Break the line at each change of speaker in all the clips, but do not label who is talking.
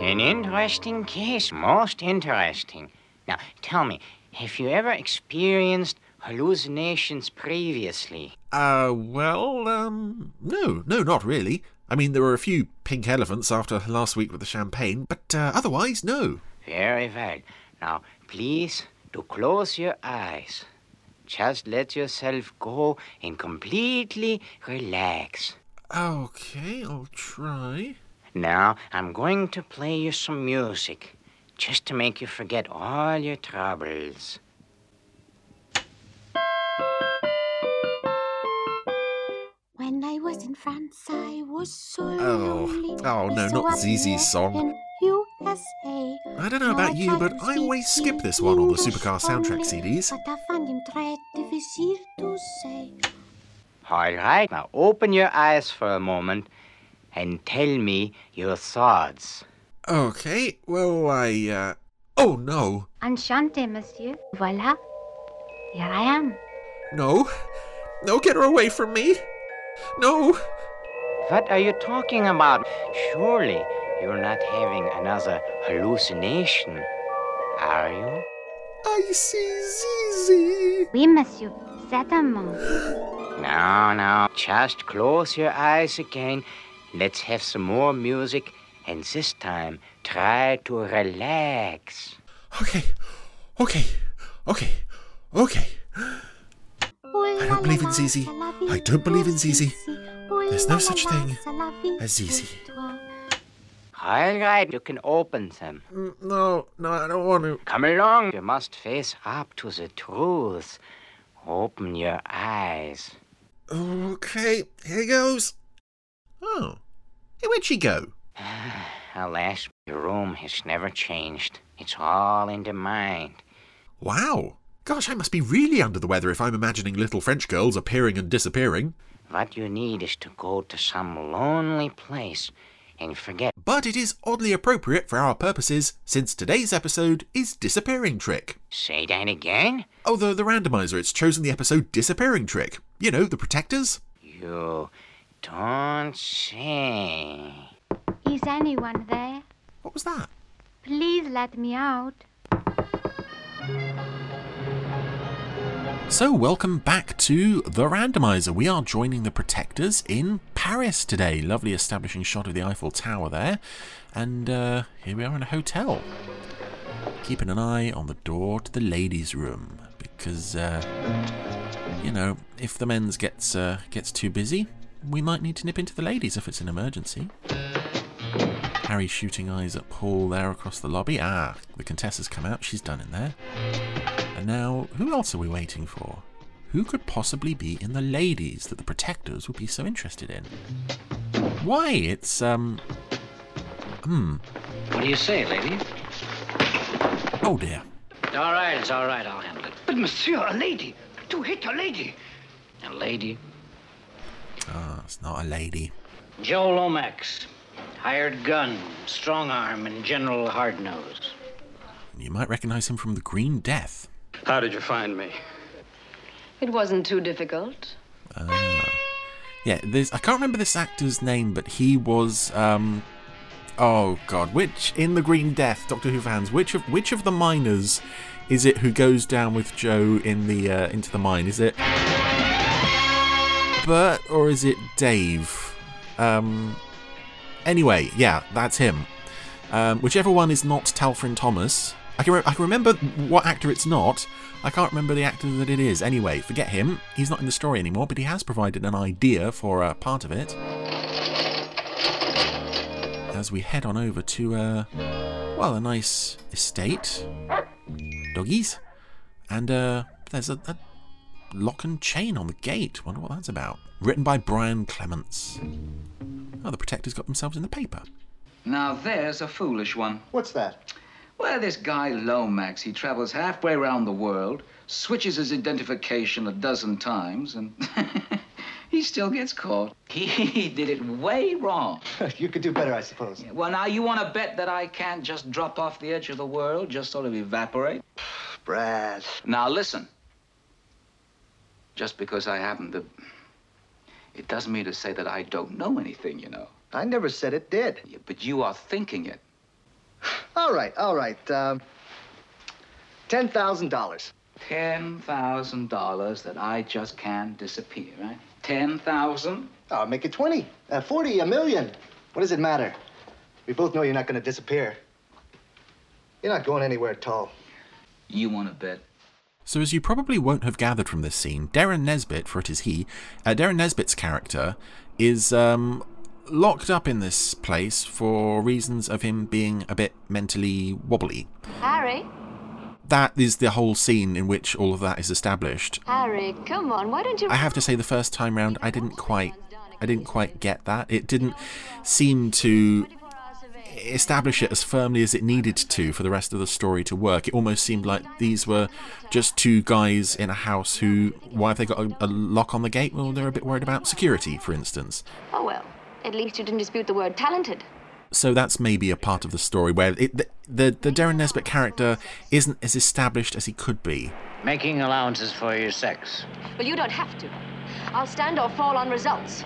An interesting case, most interesting. Now, tell me, have you ever experienced hallucinations previously?
Uh, well, um, no, no, not really. I mean, there were a few pink elephants after last week with the champagne, but uh, otherwise, no.
Very well. Now, please do close your eyes. Just let yourself go and completely relax.
Okay, I'll try.
Now, I'm going to play you some music just to make you forget all your troubles.
When I was in France, I was so
Oh.
lonely.
Oh, no,
So
not
up
Zizi's
here
song.
in USA.
I don't know about you, but I always skip this one on the Supercar soundtrack CDs.
But I found him très difficile to say.
All right, now open your eyes for a moment and tell me your thoughts.
Okay, well, I, uh. Oh, no.
Enchanté, monsieur. Voilà. Here I am.
No. No, get her away from me. No.
What are you talking about? Surely you're not having another hallucination, are you?
I see Zizi.
Oui, monsieur. Certainement.
No, no. Just close your eyes again. Let's have some more music, and this time try to relax.
Okay. Okay. Okay. Okay.
I
don't believe in Zizi. I don't believe in Zizi.
Oh,
There's no such thing as Zizi.
All right, you can open them.
Mm, No, no, I don't want to.
Come along. You must face up to the truth. Open your eyes.
Okay, here goes. Oh. Hey, where'd she go?
Alas, your room has never changed. It's all in the mind.
Wow. Gosh, I must be really under the weather if I'm imagining little French girls appearing and disappearing.
What you need is to go to some lonely place and forget
But it is oddly appropriate for our purposes since today's episode is Disappearing Trick.
Say that again?
Although the randomizer, it's chosen the episode Disappearing Trick. You know, the protectors?
You don't say.
Is anyone there?
What was that?
Please let me out.
So, welcome back to The Randomizer. We are joining the Protectors in Paris today. Lovely establishing shot of the Eiffel Tower there. And uh, here we are in a hotel. Keeping an eye on the door to the ladies' room because, uh, you know, if the men's gets uh, gets too busy, we might need to nip into the ladies if it's an emergency. Harry shooting eyes at Paul there across the lobby. Ah, the Contessa's come out. She's done in there. And now, who else are we waiting for? Who could possibly be in the ladies that the protectors would be so interested in? Why, it's, um. Hmm.
What do you say, lady?
Oh dear.
All right, it's all right. I'll handle it. But, monsieur, a lady. To hit a lady. A lady?
Ah, it's not a lady.
Joe Lomax. Hired gun, strong arm, and general hard nose.
You might recognize him from the Green Death.
How did you find me?
It wasn't too difficult.
Yeah, there's. I can't remember this actor's name, but he was, um. Oh God, which in the Green Death, Doctor Who fans, which of which of the miners is it who goes down with Joe in the uh, into the mine? Is it Bert or is it Dave? Um, anyway, yeah, that's him. Um, whichever one is not Talfrin Thomas. I can, re- I can remember what actor it's not. I can't remember the actor that it is. Anyway, forget him. He's not in the story anymore, but he has provided an idea for uh, part of it. As we head on over to, uh, well, a nice estate. Doggies. And uh, there's a, a lock and chain on the gate. Wonder what that's about. Written by Brian Clements. Oh, the Protector's got themselves in the paper.
Now there's a foolish one.
What's that?
Well, this guy Lomax, he travels halfway around the world, switches his identification a dozen times, and he still gets caught. He did it way wrong.
you could do better, I suppose.
Well, now you want to bet that I can't just drop off the edge of the world, just sort of evaporate?
Brad.
Now listen. Just because I happen to. It doesn't mean to say that I don't know anything, you know.
I never said it did.
But you are thinking it.
All right, all right. Um, $10,000.
Ten thousand dollars that I just can't disappear, right? Ten thousand?
I'll make it 20, uh, 40, a million. What does it matter? We both know you're not going to disappear. You're not going anywhere at all.
You want to bet?
So, as you probably won't have gathered from this scene, Darren Nesbitt, for it is he, uh, Darren Nesbitt's character is um, locked up in this place for reasons of him being a bit mentally wobbly.
Harry,
That is the whole scene in which all of that is established.
Harry, come on. Why don't you?
I have to say, the first time round, I didn't quite, I didn't quite get that. It didn't seem to establish it as firmly as it needed to for the rest of the story to work. It almost seemed like these were just two guys in a house who, why have they got a, a lock on the gate? Well, they're a bit worried about security, for instance.
Oh well. At least you didn't dispute the word talented.
So that's maybe a part of the story where it, the, the the Darren Nesbitt character isn't as established as he could be.
Making allowances for your sex.
Well, you don't have to. I'll stand or fall on results.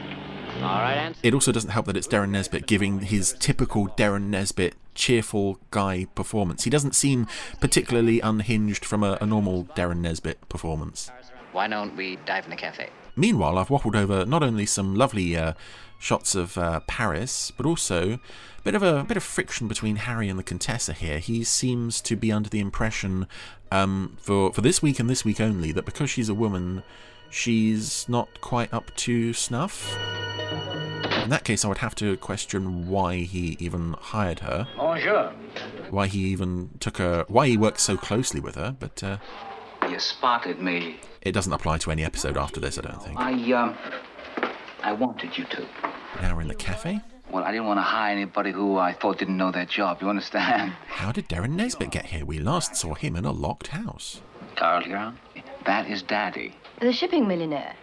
All right, Anson?
It also doesn't help that it's Darren Nesbitt giving his typical Darren Nesbitt cheerful guy performance. He doesn't seem particularly unhinged from a, a normal Darren Nesbitt performance.
Why don't we dive in the cafe?
Meanwhile, I've waffled over not only some lovely uh, shots of uh, Paris, but also a bit of a bit of friction between Harry and the Contessa here. He seems to be under the impression, um, for for this week and this week only, that because she's a woman, she's not quite up to snuff. In that case, I would have to question why he even hired her,
Bonjour.
why he even took her, why he worked so closely with her. But uh,
You spotted me.
it doesn't apply to any episode after this, I don't think.
I um, I wanted you to.
Now we're in the cafe.
Well, I didn't want to hire anybody who I thought didn't know their job. You understand?
How did Darren Nesbitt get here? We last saw him in a locked house.
Carl Huron, that is Daddy.
The shipping millionaire.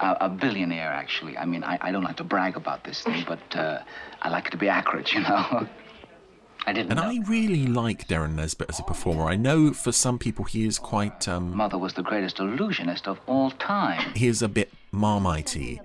A, a billionaire, actually. I mean, I, I don't like to brag about this thing, but uh, I like it to be accurate, you know. I didn't.
And
know.
I really like Darren Nesbitt as a performer. I know for some people he is quite um
Mother was the greatest illusionist of all time.
he is a bit marmitey.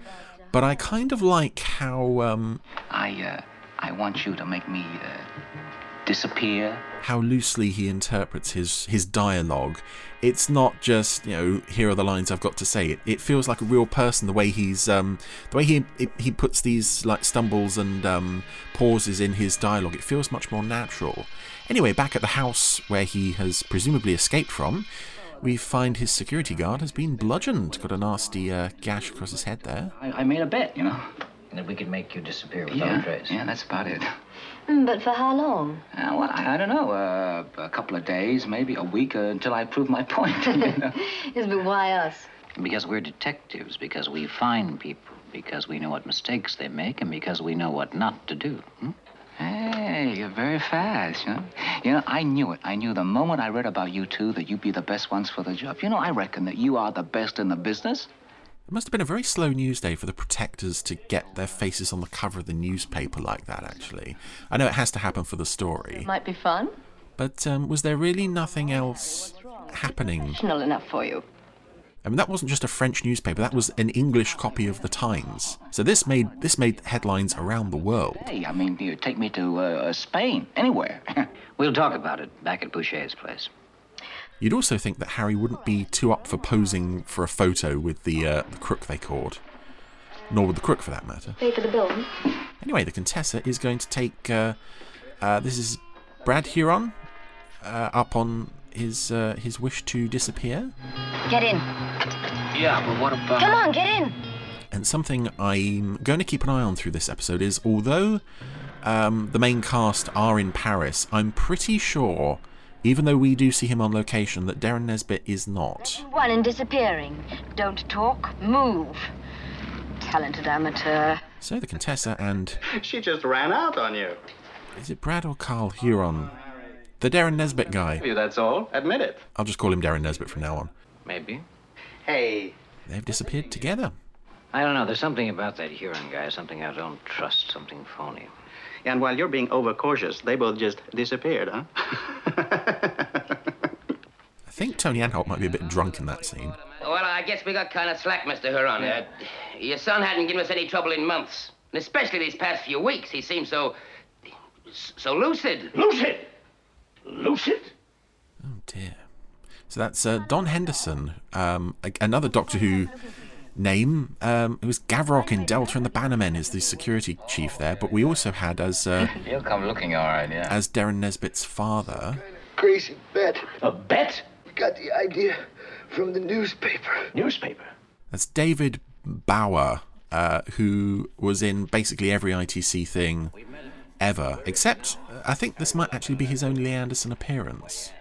But I kind of like how um
I, uh, I want you to make me uh, disappear.
how loosely he interprets his his dialogue. It's not just you know here are the lines I've got to say. It, it feels like a real person the way he's um, the way he he puts these like stumbles and um, pauses in his dialogue. It feels much more natural. Anyway, back at the house where he has presumably escaped from, we find his security guard has been bludgeoned. Got a nasty uh, gash across his head there.
I, I made a bet, you know.
And if we could make you disappear with
Yeah, yeah, that's about it.
Mm, but for how long?
Uh, well, I, I don't know. Uh, a couple of days, maybe a week, uh, until I prove my point. you know.
Yes, but why us?
Because we're detectives, because we find people, because we know what mistakes they make, and because we know what not to do. Hmm?
hey, you're very fast, you know. You know, I knew it. I knew the moment I read about you two that you'd be the best ones for the job. You know, I reckon that you are the best in the business.
It must have been a very slow news day for the protectors to get their faces on the cover of the newspaper like that. Actually, I know it has to happen for the story.
Might be fun.
But um, was there really nothing else happening?
Not enough for you.
I mean, that wasn't just a French newspaper; that was an English copy of the Times. So this made this made headlines around the world.
Hey, I mean, you take me to uh, Spain, anywhere.
We'll talk about it back at Boucher's place.
You'd also think that Harry wouldn't be too up for posing for a photo with the uh, the crook they caught, nor would the crook for that matter.
Pay for the bill.
Anyway, the Contessa is going to take uh, uh, this is Brad Huron uh, up on his uh, his wish to disappear.
Get in.
yeah, but what about?
Come on, get in.
And something I'm going to keep an eye on through this episode is although um, the main cast are in Paris, I'm pretty sure, even though we do see him on location, that Darren Nesbitt is not.
One in disappearing. Don't talk. Move. Talented amateur.
So the Contessa and.
She just ran out on you.
Is it Brad or Carl Huron? The Darren Nesbitt guy.
That's all. Admit it.
I'll just call him Darren Nesbitt from now on.
Maybe.
Hey,
They've disappeared together.
I don't know. There's something about that Huron guy, something I don't trust, something phony.
And while you're being overcautious, they both just disappeared, huh?
I think Tony Anholt might be a bit drunk in that scene.
Well, I guess we got kind of slack, Mr. Huron. Uh, your son hadn't given us any trouble in months, and especially these past few weeks. He seemed so So lucid.
Lucid? Lucid?
Oh dear. So that's uh, Don Henderson, um, a- another Doctor Who name, um, who was Gavrock in Delta and the Bannermen, is the security chief there. But we also had as uh,
He'll come looking all right, yeah.
as Darren Nesbitt's father.
Crazy bet. A bet? We got the idea from the newspaper. Newspaper?
That's David Bauer, uh, who was in basically every ITC thing ever, except uh, I think this might actually be his only Anderson appearance.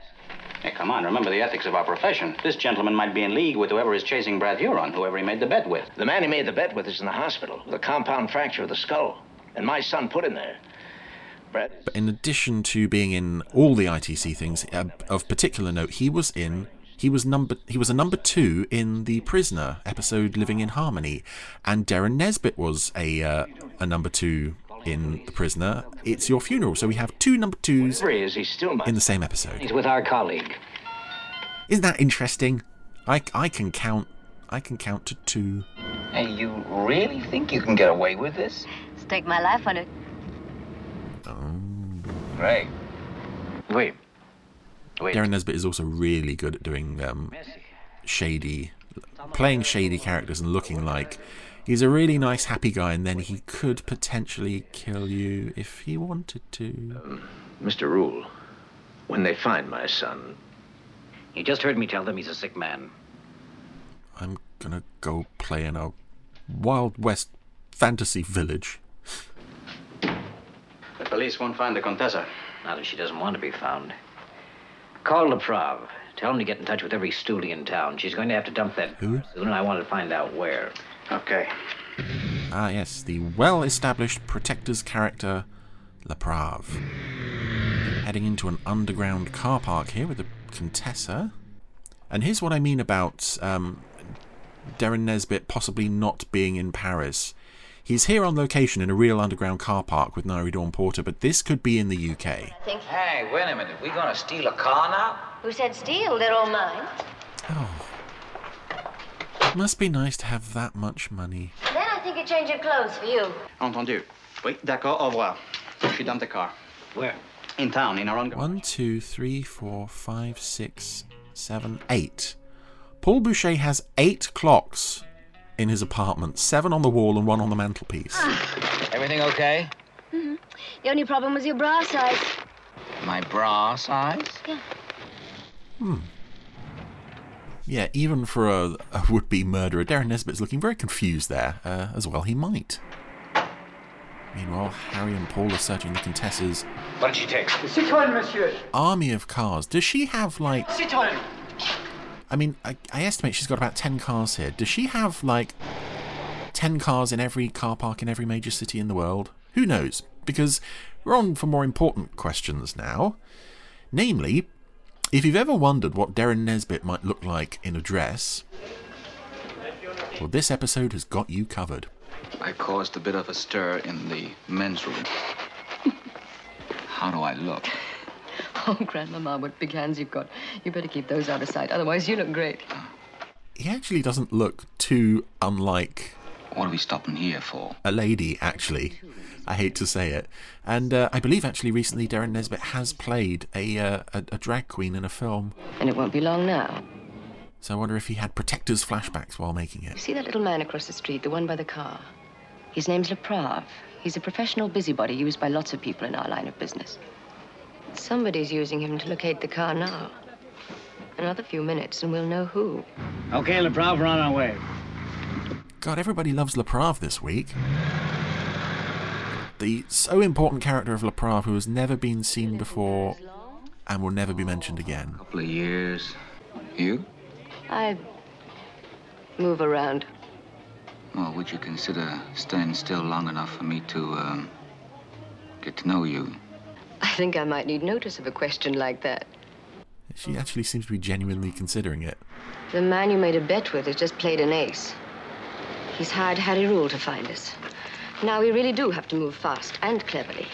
Hey, come on, remember the ethics of our profession. This gentleman might be in league with whoever is chasing Brad Huron, whoever he made the bet with.
The man he made the bet with is in the hospital with a compound fracture of the skull. And my son put him there. Brad.
But in addition to being in all the ITC things, uh, of particular note, he was in. He was number. He was a number two in the Prisoner episode, Living in Harmony, and Darren Nesbitt was a uh, a number two in the Prisoner. It's your funeral, so we have two number twos
Whatever he is, he's still my.
in the same episode.
He's with our colleague.
Isn't that interesting? I, I can count. I can count to two.
Hey, you really think you can get away with this?
Stake my life on it.
Greg. Wait. Wait.
Darren Nesbitt is also really good at doing um, shady, playing shady characters and looking like he's a really nice, happy guy, and then he could potentially kill you if he wanted to.
Mr. Rule, when they find my son,
You just heard me tell them he's a sick man.
I'm gonna go play in a Wild West fantasy village.
The police won't find the Contessa.
Not if she doesn't want to be found. Call Leprav. Tell him to get in touch with every stoolie in town. She's going to have to dump that
Who?
soon, and I want to find out where.
Okay.
Ah, yes, the well established Protector's character, Leprav. Heading into an underground car park here with the Contessa. And here's what I mean about um, Darren Nesbitt possibly not being in Paris. He's here on location in a real underground car park with Nairi Dawn Porter, but this could be in the UK.
Hey, wait a minute. We gonna steal a car now?
Who said steal? They're all mine.
Oh. Must be nice to have that much money.
Then I think a change of clothes for you.
Entendu. Oui, d'accord, au revoir. She dumped the car.
Where?
In town, in our own.
One, two, three, four, five, six, seven, eight. Paul Boucher has eight clocks in his apartment seven on the wall and one on the mantelpiece.
Everything okay?
The only problem was your bra size.
My bra size?
Yeah, even for a, a would be murderer, Darren Nesbitt's looking very confused there, uh, as well he might. Meanwhile, Harry and Paul are searching the Contessa's
What did she take?
army of cars. Does she have, like. I mean, I, I estimate she's got about 10 cars here. Does she have, like, 10 cars in every car park in every major city in the world? Who knows? Because we're on for more important questions now. Namely, if you've ever wondered what Darren Nesbitt might look like in a dress, well, this episode has got you covered.
I caused a bit of a stir in the men's room. How do I look?
Oh, Grandmama, what big hands you've got. You better keep those out of sight, otherwise you look great.
He actually doesn't look too unlike
What are we stopping here for?
a lady, actually. I hate to say it. And uh, I believe actually recently Darren Nesbitt has played a, uh, a a drag queen in a film.
And it won't be long now.
So I wonder if he had Protector's flashbacks while making
You
it.
see that little man across the street, the one by the car? His name's Leprav. He's a professional busybody used by lots of people in our line of business. Somebody's using him to locate the car now. Another few minutes and we'll know who.
Okay, Leprav, we're on our way.
God, everybody loves Leprav this week. The so important character of Leprav who has never been seen before and will never be mentioned again.
couple of years. You?
I move around.
Well, would you consider staying still long enough for me to um, get to know you?
I think I might need notice of a question like that.
She actually seems to be genuinely considering it.
The man you made a bet with has just played an ace. He's hired Harry Rule to find us. Now we really do have to move fast and cleverly.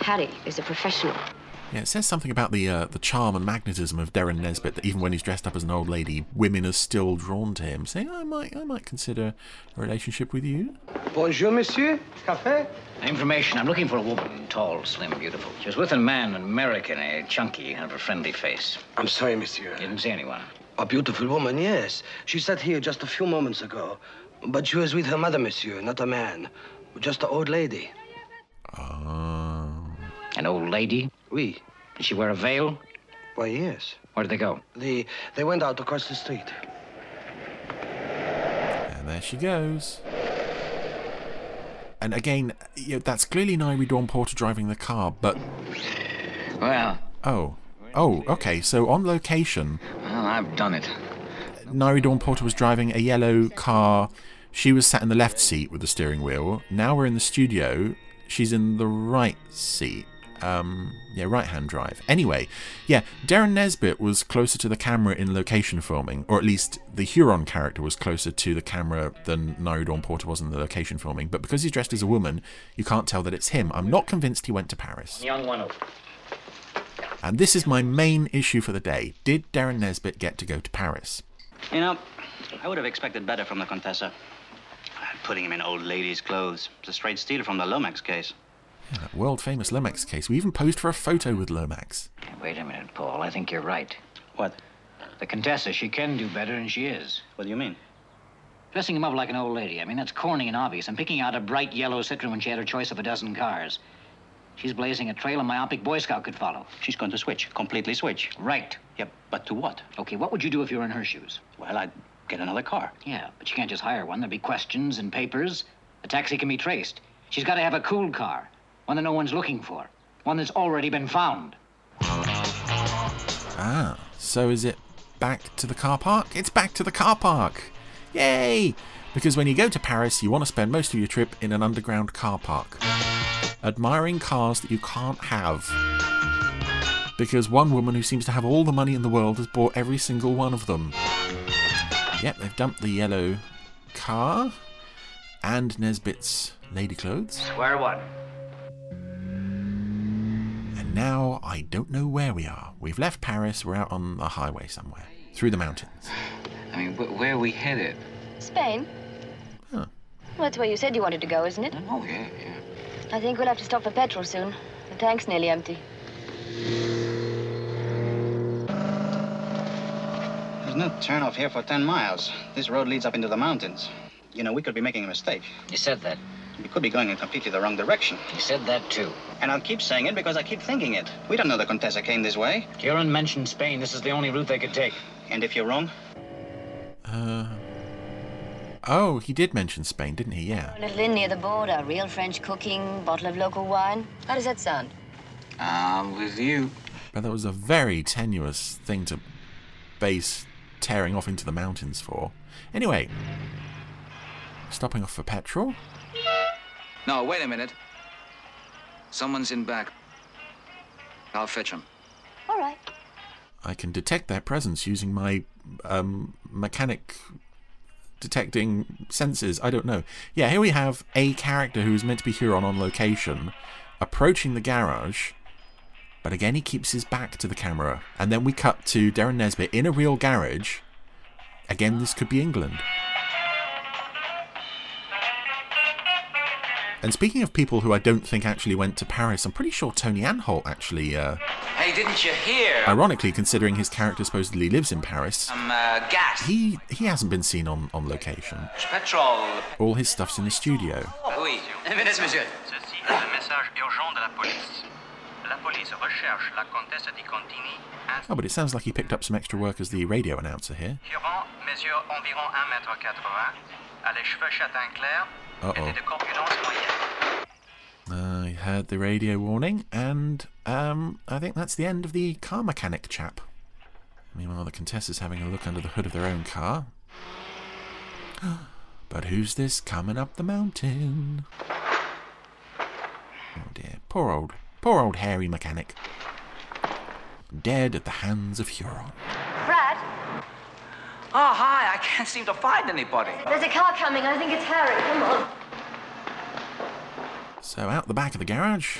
Harry is a professional.
Yeah, it says something about the uh, the charm and magnetism of Darren Nesbitt that even when he's dressed up as an old lady, women are still drawn to him, saying, "I might, I might consider a relationship with you."
Bonjour, monsieur. Café?
Information. I'm looking for a woman. Tall, slim, beautiful. She was with a man, an American, a chunky, had a friendly face.
I'm sorry, monsieur. You
didn't see anyone.
A beautiful woman, yes. She sat here just a few moments ago. But she was with her mother, monsieur, not a man. Just an old lady.
Ah,
An old lady?
Oui.
Did she wear a veil?
Why, yes.
Where did they go?
They, they went out across the street.
And there she goes. And again, you know, that's clearly Nairi Dawn Porter driving the car, but.
Well.
Oh. Oh, okay. So on location,
Well, I've done it.
Nairi Dawn Porter was driving a yellow car. She was sat in the left seat with the steering wheel. Now we're in the studio. She's in the right seat. Um, yeah, right hand drive. Anyway, yeah, Darren Nesbitt was closer to the camera in location filming, or at least the Huron character was closer to the camera than Nairi Dawn Porter was in the location filming. But because he's dressed as a woman, you can't tell that it's him. I'm not convinced he went to Paris.
Young one over.
And this is my main issue for the day. Did Darren Nesbitt get to go to Paris?
You know, I would have expected better from the Contessa. Putting him in old lady's clothes. It's a straight steal from the Lomax case.
Yeah, that world famous Lomax case. We even posed for a photo with Lomax.
Wait a minute, Paul. I think you're right. What? The Contessa, she can do better, and she is. What do you mean? Dressing him up like an old lady. I mean, that's corny and obvious. And picking out a bright yellow Citroen when she had her choice of a dozen cars. She's blazing a trail a myopic Boy Scout could follow.
She's going to switch, completely switch.
Right.
Yep, but to what?
Okay, what would you do if you were in her shoes?
Well, I'd get another car.
Yeah, but you can't just hire one. There'd be questions and papers. The taxi can be traced. She's got to have a cool car. One that no one's looking for. One that's already been found.
Ah, so is it back to the car park? It's back to the car park! Yay! Because when you go to Paris, you want to spend most of your trip in an underground car park, admiring cars that you can't have. Because one woman who seems to have all the money in the world has bought every single one of them. Yep, they've dumped the yellow car and Nesbitt's lady clothes.
Square one.
And now I don't know where we are. We've left Paris, we're out on the highway somewhere, through the mountains.
I mean, where are we headed?
Spain?
Huh.
Well, that's where you said you wanted to go, isn't it?
Oh, yeah, yeah.
I think we'll have to stop for petrol soon. The tank's nearly empty.
There's no turnoff here for 10 miles. This road leads up into the mountains. You know, we could be making a mistake.
You said that.
We could be going in completely the wrong direction.
You said that, too.
And I'll keep saying it because I keep thinking it. We don't know the Contessa came this way.
Kieran mentioned Spain. This is the only route they could take.
And if you're wrong,
Uh, oh, he did mention Spain, didn't he? Yeah.
On a linn near the border, real French cooking, bottle of local wine. How does that sound?
Ah, I'm with you.
But that was a very tenuous thing to base tearing off into the mountains for. Anyway, stopping off for petrol.
No, wait a minute. Someone's in back. I'll fetch him.
All right.
I can detect their presence using my um, mechanic detecting senses. I don't know. Yeah, here we have a character who is meant to be Huron on location approaching the garage, but again he keeps his back to the camera. And then we cut to Darren Nesbitt in a real garage. Again, this could be England. And speaking of people who I don't think actually went to Paris, I'm pretty sure Tony Anholt actually, uh,
Hey, didn't you hear?
ironically considering his character supposedly lives in Paris,
Some uh, gas.
he he hasn't been seen on, on location.
Petrol.
All his stuff's in the studio.
Oui. Minutes, monsieur.
Ceci est un message urgent de la police. La police recherche la comtesse Di Contini, ainsi
Oh, but it sounds like he picked up some extra work as the radio announcer here.
Durand mesure environ 1m80, a les cheveux châtain clair,
Uh-oh.
était de corpulence moyenne.
I heard the radio warning, and um, I think that's the end of the car mechanic chap. Meanwhile, the Contessa's having a look under the hood of their own car. But who's this coming up the mountain? Oh dear, poor old, poor old hairy mechanic. Dead at the hands of Huron.
Brad,
Ah,
Oh, hi. I can't seem to find anybody.
there's a car coming. I think it's Harry. Come on.
So out the back of the garage.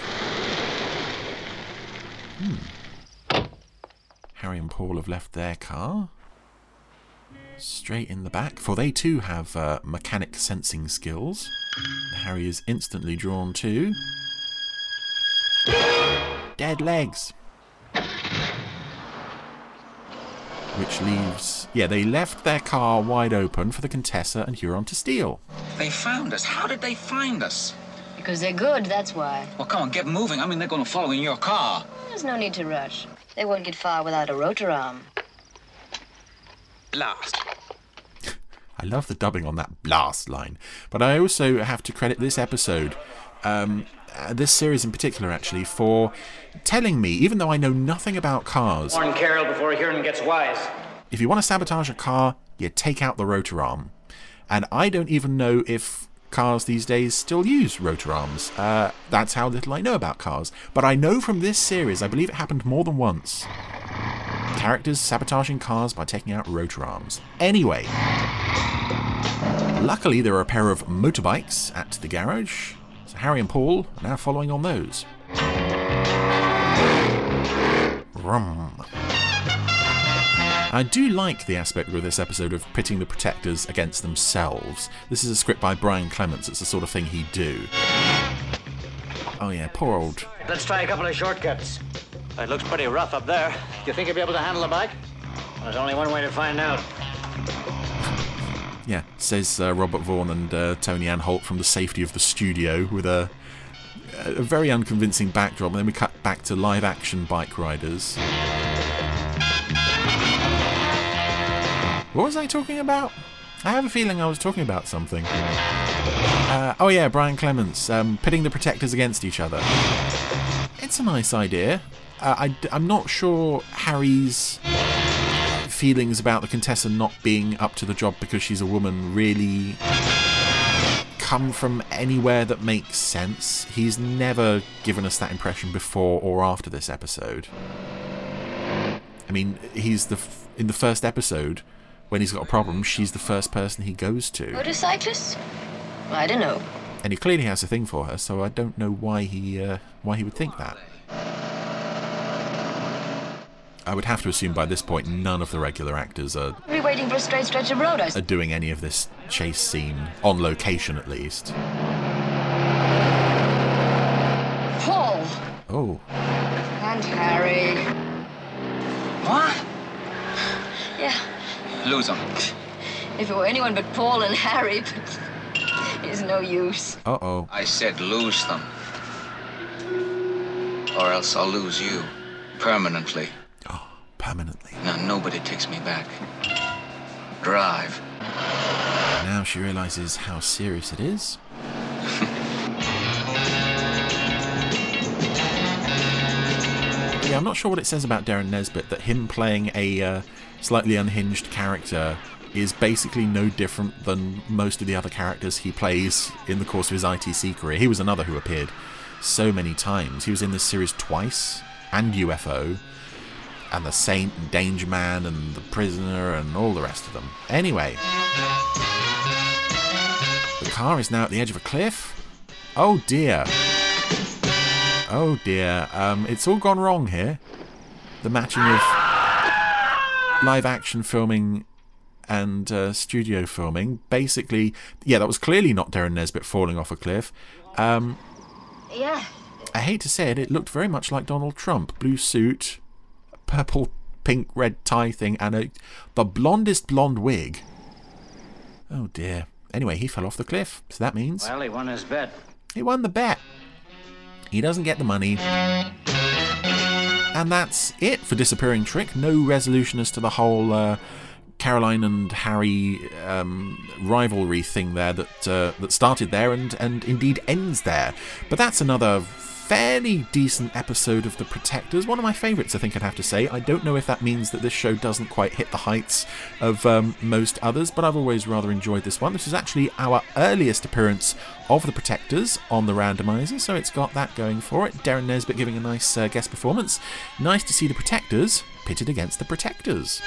Hmm. Harry and Paul have left their car. Straight in the back, for they too have uh, mechanic sensing skills. Harry is instantly drawn to. Dead legs. Which leaves. Yeah, they left their car wide open for the Contessa and Huron to steal.
They found us. How did they find us?
Because they're good, that's why.
Well, come on, get moving. I mean, they're going to follow in your car.
There's no need to rush. They won't get far without a rotor arm.
Blast.
I love the dubbing on that blast line, but I also have to credit this episode, um, uh, this series in particular, actually, for telling me, even though I know nothing about cars,
Warn Carol before Huron gets wise.
if you want to sabotage a car, you take out the rotor arm. And I don't even know if cars these days still use rotor arms. Uh, that's how little I know about cars. But I know from this series, I believe it happened more than once. Characters sabotaging cars by taking out rotor arms. Anyway, luckily there are a pair of motorbikes at the garage, so Harry and Paul are now following on those. Rum. I do like the aspect of this episode of pitting the protectors against themselves. This is a script by Brian Clements, it's the sort of thing he'd do. Oh, yeah, poor old.
Let's try a couple of shortcuts. It looks pretty rough up there. Do you think you'll be able to handle the bike? There's only one way to find out.
Yeah, says uh, Robert Vaughan and uh, Tony Ann Holt from the safety of the studio with a, a very unconvincing backdrop. And then we cut back to live action bike riders. What was I talking about? I have a feeling I was talking about something. Uh, oh yeah, Brian Clements, um, pitting the protectors against each other. It's a nice idea. Uh, I, am not sure Harry's feelings about the Contessa not being up to the job because she's a woman really come from anywhere that makes sense. He's never given us that impression before or after this episode. I mean, he's the f- in the first episode when he's got a problem, she's the first person he goes to,
Motorcyclists? I don't know.
and he clearly has a thing for her. So I don't know why he uh, why he would think that. I would have to assume by this point none of the regular actors are,
Are we waiting for a straight stretch of road? I
are doing any of this chase scene on location at least.
Paul
Oh,
and Harry.
What?
Yeah,
Lose them.
if it were anyone but Paul and Harry, but it's no use.
Uh oh.
I said lose them. Or else I'll lose you. Permanently.
permanently.
Now nobody takes me back. Drive.
now she realizes how serious it is. yeah, I'm not sure what it says about Darren Nesbitt that him playing a uh, slightly unhinged character is basically no different than most of the other characters he plays in the course of his ITC career. He was another who appeared so many times. He was in this series twice, and UFO, and The Saint, and Danger Man, and The Prisoner, and all the rest of them. Anyway. The car is now at the edge of a cliff. Oh dear. Oh dear. Um, it's all gone wrong here. The matching of live action filming and uh, studio filming. Basically, yeah, that was clearly not Darren Nesbitt falling off a cliff. Um,
Yeah,
I hate to say it, it looked very much like Donald Trump. Blue suit, purple, pink, red tie thing, and a, the blondest blonde wig. Oh dear. Anyway, he fell off the cliff, so that means.
Well, he won his bet.
He won the bet. He doesn't get the money. And that's it for Disappearing Trick. No resolution as to the whole uh, Caroline and Harry um, rivalry thing there that uh, that started there and, and indeed ends there. But that's another fairly decent episode of The Protectors. One of my favourites, I think I'd have to say. I don't know if that means that this show doesn't quite hit the heights of um, most others, but I've always rather enjoyed this one. This is actually our earliest appearance of The Protectors on the randomizer, so it's got that going for it. Darren Nesbitt giving a nice uh, guest performance. Nice to see The Protectors pitted against The Protectors.